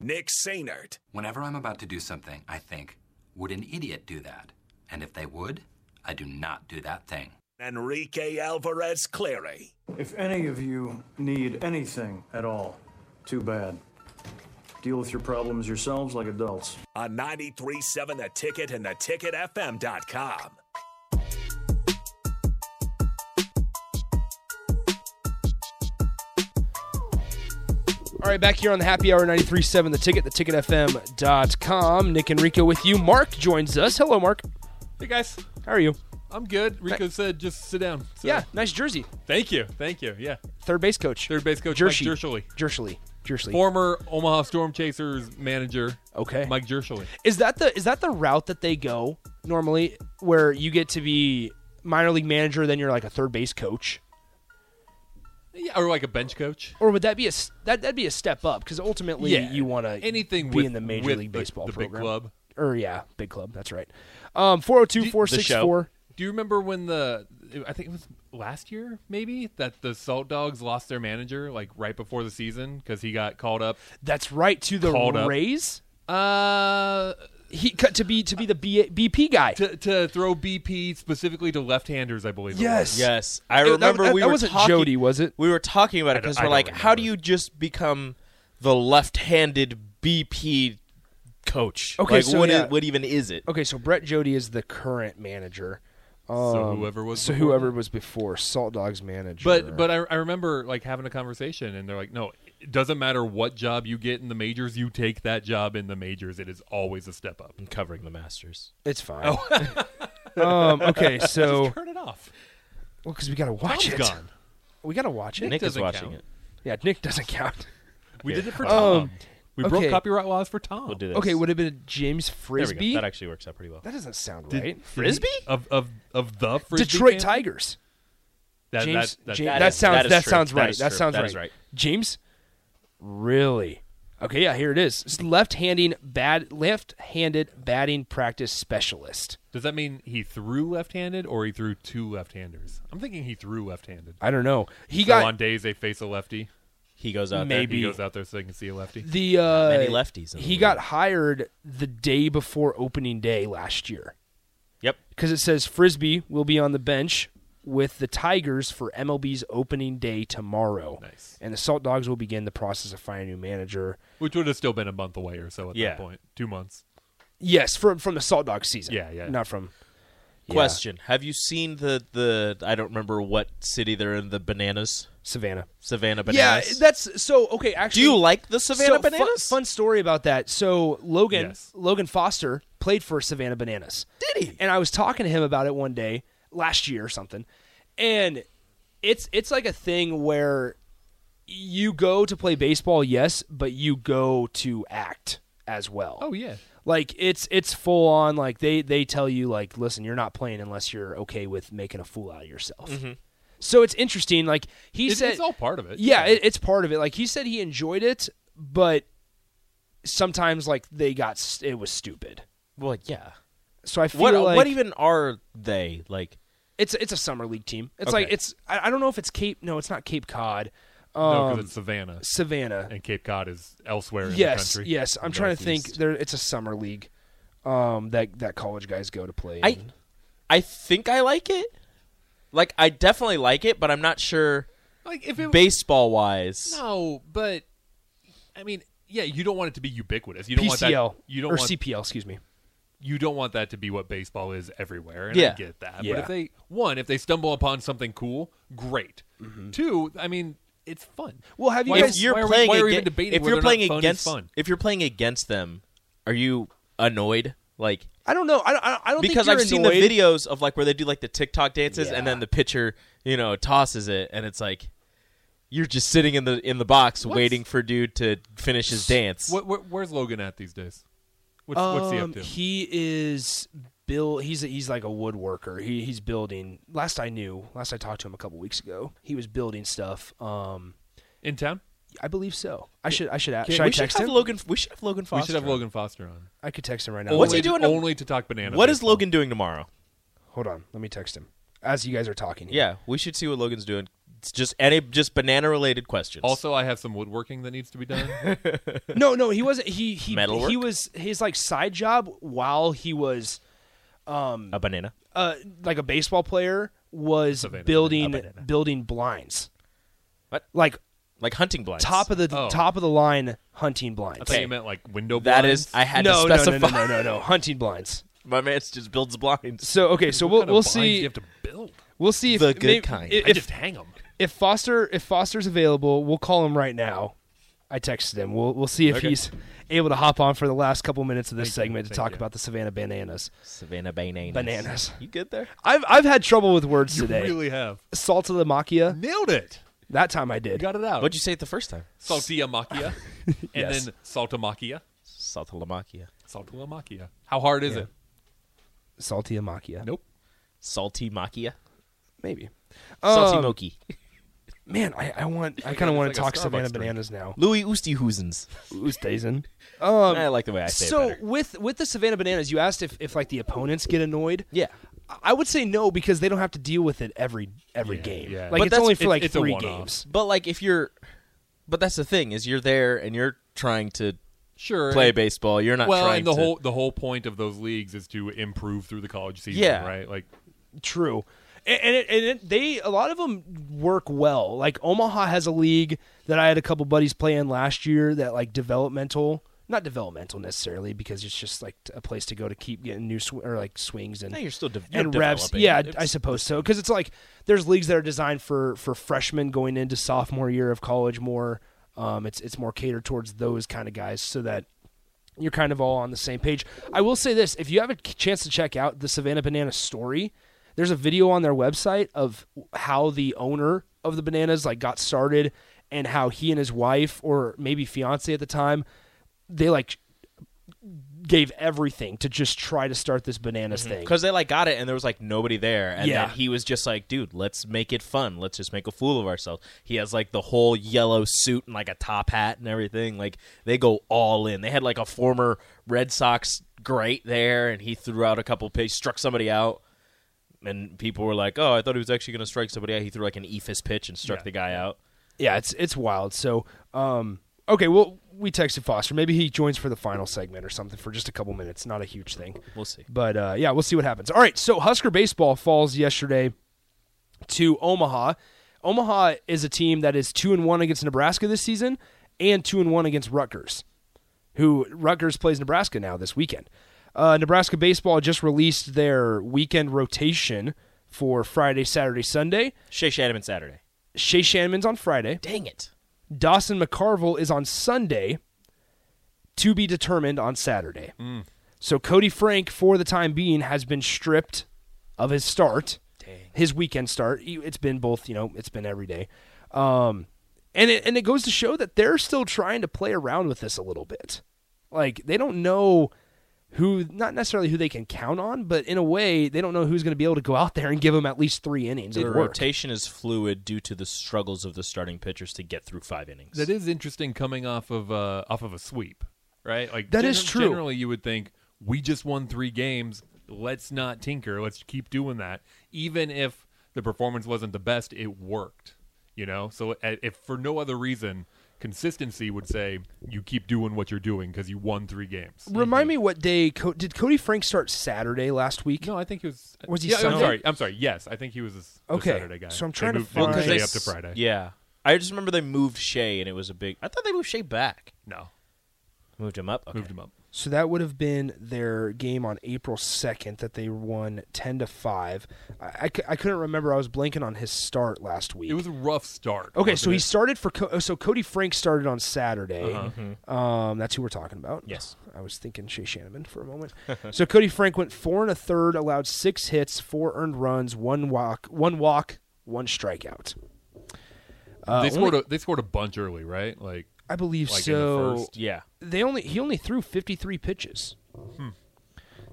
Nick Sainert, Whenever I'm about to do something, I think, would an idiot do that? And if they would, I do not do that thing. Enrique Alvarez Clary, If any of you need anything at all, too bad. Deal with your problems yourselves like adults. on 937 The Ticket and theticketfm.com. All right, back here on the Happy Hour 93.7, the ticket, theticketfm.com. Nick Enrico with you. Mark joins us. Hello, Mark. Hey guys, How are you? I'm good. Rico said just sit down. So- Yeah, nice jersey. Thank you. Thank you. Yeah. Third base coach. Third base coach Jersey. Mike Jershily. Jershily. Jershily. Former Omaha Storm Chasers manager. Okay. Mike Jershily. Is that the is that the route that they go normally, where you get to be minor league manager, then you're like a third base coach, Yeah, or like a bench coach. or would that be a s- that that'd be a step up? Because ultimately, you want to anything be with, in the major with league the- baseball the, program, big club. or yeah, big club. That's right. Um, four zero two four six four. Do you remember when the I think it was last year maybe that the Salt Dogs lost their manager like right before the season because he got called up. That's right to the Called up. Rays. Uh. He cut to be to be the B, BP guy. To, to throw BP specifically to left-handers, I believe. it was. yes. Yes, I It- that- remember that- we that were wasn't talking, Jody, was it? We were talking about it I d- because I we're don't like, how do remember. you just become the left-handed BP coach? Okay, like, so what, i- yeah. what even is it? Okay, so Brett Jody is the current manager. So Um, whoever was. so before whoever them. was before Salt Dogs manager. But but I, I remember like having a conversation, and they're like, no, it doesn't matter what job you get in the majors, you take that job in the majors. It is always a step up. I'm covering the Masters. it's fine. Oh. um, okay, so Turn it off. well, because we gotta watch Tom's it. gone. We gotta watch it. Nick is doesn't watching count. it. Yeah, Nick doesn't count. We did it for Tom. Um, we okay. broke copyright laws for Tom. We'll do this. Okay, would have been James there we Frisbee. go. That That, actually works out pretty well. doesn't sound Did- right. did- Frisbee? of of of the Frisbee Detroit family? Tigers. That, James. that, that, James- that that is- sounds. that That, is true. sounds That right. is That true. sounds That right. is right. James. Really. Okay. Yeah. Here it is. It's left-handing bad left-handed batting practice specialist. Does that mean he threw left-handed or he threw two left-handers? I'm thinking he threw left-handed. I don't know. He so got on days they face a lefty. He goes out Maybe. He goes out there so they can see a lefty. the uh, many lefties in the He league. got hired the day before opening day last year. Yep. because it says Frisbee will be on the bench with the Tigers for MLB's opening day tomorrow. Nice. And the Salt Dogs will begin the process of finding a new manager. Which would have still been a month away or so at Yeah. that point. Two months. Yes, from from the Salt Dog season. Yeah, yeah. Not from yeah, Question: Have you seen the the? I don't remember what city they're in. The bananas, Savannah. Savannah Yeah, bananas. that's so okay. Actually, do you like the Savannah so, fun- bananas? Fun, story about that. So Logan Yes. Logan Foster played for Savannah Bananas. Did he? And I was talking to him about it one day last year or something, and it's it's like a thing where you go to play baseball, yes, but you go to act as well. Oh yeah. Like it's it's full on. Like they they tell you like, listen, you're not playing unless you're okay with making a fool out of yourself. So it's interesting. Like he Mm-hmm. It- said, it's all part of it. Yeah, it, it's part of it. Like he said, he enjoyed it, but sometimes like they got s- it was stupid. Well, yeah. So I feel What like what even are they like? it's it's a summer league team. It's like Okay. it's I, I don't know if it's Cape. No, it's not Cape Cod. No, Um, because it's Savannah Savannah. and Cape Cod is elsewhere Yes, in the country. yes. I'm trying to think. Northeast. There, it's a summer league um, that that college guys go to play. I in. I think I like it. Like I definitely like it, but I'm not sure Like if it baseball wise. no, but I mean, yeah, you don't want it to be ubiquitous. You don't PCL want that. You don't or want CPL, excuse me. you don't want that to be what baseball is everywhere. And I Yeah. get that. Yeah. But if they one, if they stumble upon something cool, great. Two, I mean, it's fun. Well, have you Why- guys- If why you're are we- playing, why are we aga- even debating if whether you're or not playing fun is against, fun? if you're playing against them, are you annoyed? Like I don't know. I don't. I don't- I don't because think I've you're seen the annoyed. videos of like where they do like the TikTok dances Yeah. and then the pitcher, you know, tosses it and it's like you're just sitting in the in the box waiting for dude to finish his dance. What, where, where's Logan at these days? What's, what's he up Um, to? He is Bill. He's he's like a woodworker. He he's building. Last I knew, last I talked to him a couple weeks ago, he was building stuff. Um, in town? I believe so. I should I should ask. we Should I should text have him? Logan. We should have Logan Foster. We should have Logan Foster on. I could text him right now. What's he Only- doing to- Only to talk banana. What is baseball. Logan doing tomorrow? Hold on. Let me text him as you guys are talking. here. Yeah, we should see what Logan's doing It's just any just banana related questions. Also, I have some woodworking that needs to be done. No, no, he wasn't. He he Metalwork? he was his like side job while he was a banana. uh like a baseball player was building building blinds. What? Like Like hunting blinds. top of the Oh. top of the line hunting blinds. I thought you meant like window. That blinds. is I had no, to no, no, specify. no, no, no, no, hunting blinds. My man just builds blinds. So okay, so we'll What kind of we'll blinds see You have to build. we'll see if The good may- kind. If, I just hang them. if Foster if Foster's available, we'll call him right now. I texted him. We'll we'll see if he's able to hop on for the last couple minutes of this segment to talk about the Savannah bananas. Savannah bananas. Bananas. You good there? I've I've had trouble with words today. Really have Salt of the macchia. nailed it. That time I did. Got it out. What'd you say it the first time? Saltia macchia, and Yes. then saltamachia. Saltalamacchia. Saltua macchia. How hard is it? Salty of macchia. Nope. Salty macchia. Maybe. Salty Um, moki. Man, I, I want I kind of want it's like to a talk Savannah Starbucks drink. bananas now. Louis Oosthuizens. Who's dazing? I like the way I say it um, So better. with with the Savannah bananas, you asked if if like the opponents get annoyed. Yeah. I would say no because they don't have to deal with it every every game. yeah. Like But it's that's- only for it's- like it's a three one-off. games. But like if you're but that's the thing, is you're there and you're trying to Sure. play and- baseball. You're not Well, trying and the to whole the whole point of those leagues is to improve through the college season, Yeah. right? Like True. And, and, it, and it, they a lot of them work well. Like Omaha has a league that I had a couple buddies play in last year that like developmental, not developmental necessarily because it's just like a place to go to keep getting new sw- or like swings and Yeah, you're still de- you're and reps. developing. Yeah, I It's- suppose so because it's like there's leagues that are designed for for freshmen going into sophomore year of college more. Um, it's it's more catered towards those kind of guys so that you're kind of all on the same page. I will say this: if you have a k- chance to check out the Savannah Banana story, there's a video on their website of how the owner of the bananas like got started and how he and his wife or maybe fiance at the time they like gave everything to just try to start this bananas thing. because they like got it and there was like nobody there and Yeah. then he was just like dude let's make it fun let's just make a fool of ourselves he has like the whole yellow suit and like a top hat and everything like they go all in they had like a former red sox great there and he threw out a couple pitches struck somebody out and people were like oh i thought he was actually going to strike somebody out he threw like an E ephus pitch and struck the guy out yeah, it's it's wild. So, um, okay, well, we texted Foster. Maybe he joins for the final segment or something for just a couple minutes. Not a huge thing. We'll see. But uh, yeah, we'll see what happens. All right. So Husker baseball falls yesterday to Omaha. Omaha is a team that is two and one against Nebraska this season, and two and one against Rutgers who Rutgers plays Nebraska now this weekend. Uh, Nebraska baseball just released their weekend rotation for Friday, Saturday, Sunday. shay shadman saturday Shea Shanman's on Friday. dang it Dawson McCarville is on Sunday, to be determined on Saturday. Mm. So Cody Frank, for the time being, has been stripped of his start, his weekend start. He- It's been both, you know, it's been every day, um, and it, and it goes to show that they're still trying to play around with this a little bit. Like they don't know who, not necessarily who they can count on, but in a way, they don't know who's going to be able to go out there and give them at least three innings the of work. rotation is fluid due to the struggles of the starting pitchers to get through five innings that is interesting coming off of uh, off of a sweep, right? Like That is true. Generally, you would think we just won three games. Let's not tinker. Let's keep doing that, even if the performance wasn't the best. It worked, you know. So uh, if for no other reason, consistency would say you keep doing what you're doing because you won three games. Remind me what day Co- did Cody Frank start Saturday last week? No, I think he was. uh, Was he Yeah, I'm Sunday? sorry. I'm sorry. Yes, I think he was this, the Okay, Saturday guy. so I'm They trying to moved- they moved find- Shea They up to Friday. Yeah. I just remember they moved Shea and it was a big I thought they moved Shea back. No, Moved him up. Okay. moved him up. So that would have been their game on April 2nd that they won 10 to 5. I, I, cou- I couldn't remember. I was blanking on his start last week. It was a rough start. okay, so wasn't he it? started for Co- so Cody Frank started on Saturday. Uh-huh. Um, that's who we're talking about. Yes. I was thinking Shea Shannon for a moment. so Cody Frank went four and a third, allowed six hits, four earned runs, one walk, one walk, one strikeout. Uh, only- they scored. a, they scored a bunch early, right? Like I believe like in the so. first Yeah. they only he only threw 53 pitches.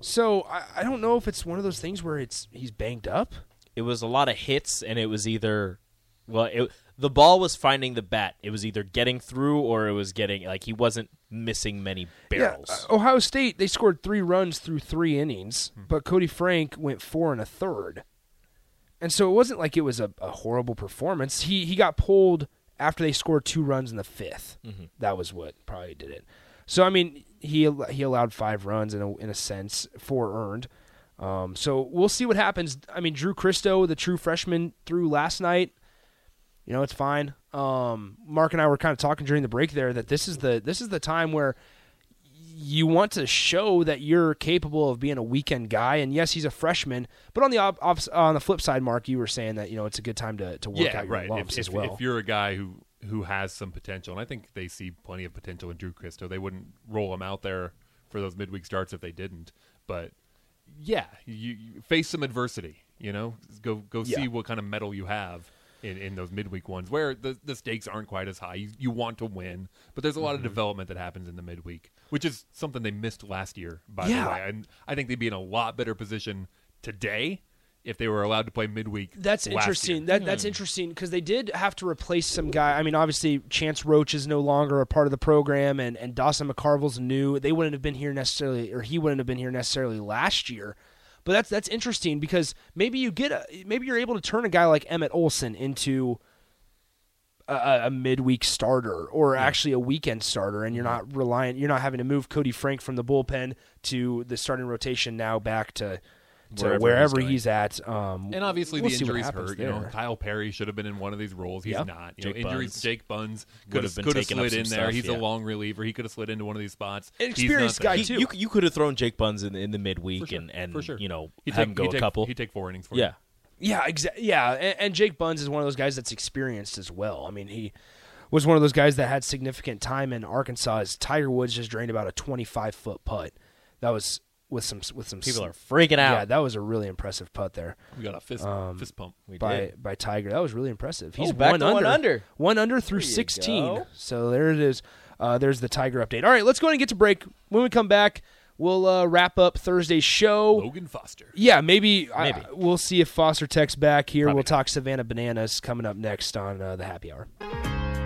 So I, I don't know if it's one of those things where it's he's banged up. It was a lot of hits and it was either well it, the ball was finding the bat. It was either getting through or it was getting like he wasn't missing many barrels. Yeah, uh, Ohio State they scored three runs through three innings, but Cody Frank went four and a third, And so it wasn't like it was a, a horrible performance. He he got pulled after they scored two runs in the 5th That was what probably did it. So I mean, he al- he allowed five runs in a in a sense, four earned. Um, so we'll see what happens. I mean, Drew Christo, the true freshman, threw last night. You know, it's fine. Um, Mark and I were kind of talking during the break there that this is the this is the time where you want to show that you're capable of being a weekend guy. And yes, he's a freshman, but on the op- ops- on the flip side, Mark, you were saying that you know it's a good time to, to work yeah, out your right. lumps If, as if- well. if you're a guy who who has some potential, and I think they see plenty of potential in Drew Christo, they wouldn't roll him out there for those midweek starts if they didn't. But yeah, you, you face some adversity. You know, go go Yeah. see what kind of metal you have. In, in those midweek ones where the, the stakes aren't quite as high. You, you want to win, but there's a lot of Mm-hmm. development that happens in the midweek, which is something they missed last year, by Yeah. the way. And I think they'd be in a lot better position today if they were allowed to play midweek. That's last year. interesting. That, Hmm. that's interesting because they did have to replace some guy. I mean, obviously Chance Roach is no longer a part of the program, and and Dawson McCarville's new. They wouldn't have been here necessarily, or he wouldn't have been here necessarily last year. But that's that's interesting because maybe you get a maybe you're able to turn a guy like Emmett Olson into a- a, a midweek starter or actually a weekend starter, and you're not Mm-hmm. reliant. You're not having to move Cody Frank from the bullpen to the starting rotation now back to. To Wherever wherever, he's he's, going. at, um, And obviously we'll the see what injuries happens hurt. You know, there. Kyle Perry should have been in one of these roles. He's Yeah. not. You know, Jake injuries. Buns Jake Buns would could have have, been could have taking up slid some in there. stuff, He's yeah. a long reliever. He could have slid into one of these spots. An He's experienced not guy, there. too. You, you could have thrown Jake Buns in, in the midweek For sure. and, and For sure. you know He'd have take- him go he'd a take- couple. He'd take four innings for you. yeah, Yeah, exactly. Yeah, and, and Jake Buns is one of those guys that's experienced as well. I mean, he was one of those guys that had significant time in Arkansas. As Tiger Woods just drained about a twenty-five foot putt. That was with some with some people are freaking out. Yeah, that was a really impressive putt there We got a fist fist pump. by did. Oh, by Tiger. That was really impressive. He's back one, to under, one under. one under through There you sixteen. go. So there it is. Uh, there's the Tiger update. All right, let's go ahead and get to break. When we come back, we'll uh, wrap up Thursday's show. Logan Foster. Yeah, maybe, I- Maybe. we'll see if Foster texts back here. we'll talk Savannah Bananas coming up next on uh, the Happy Hour.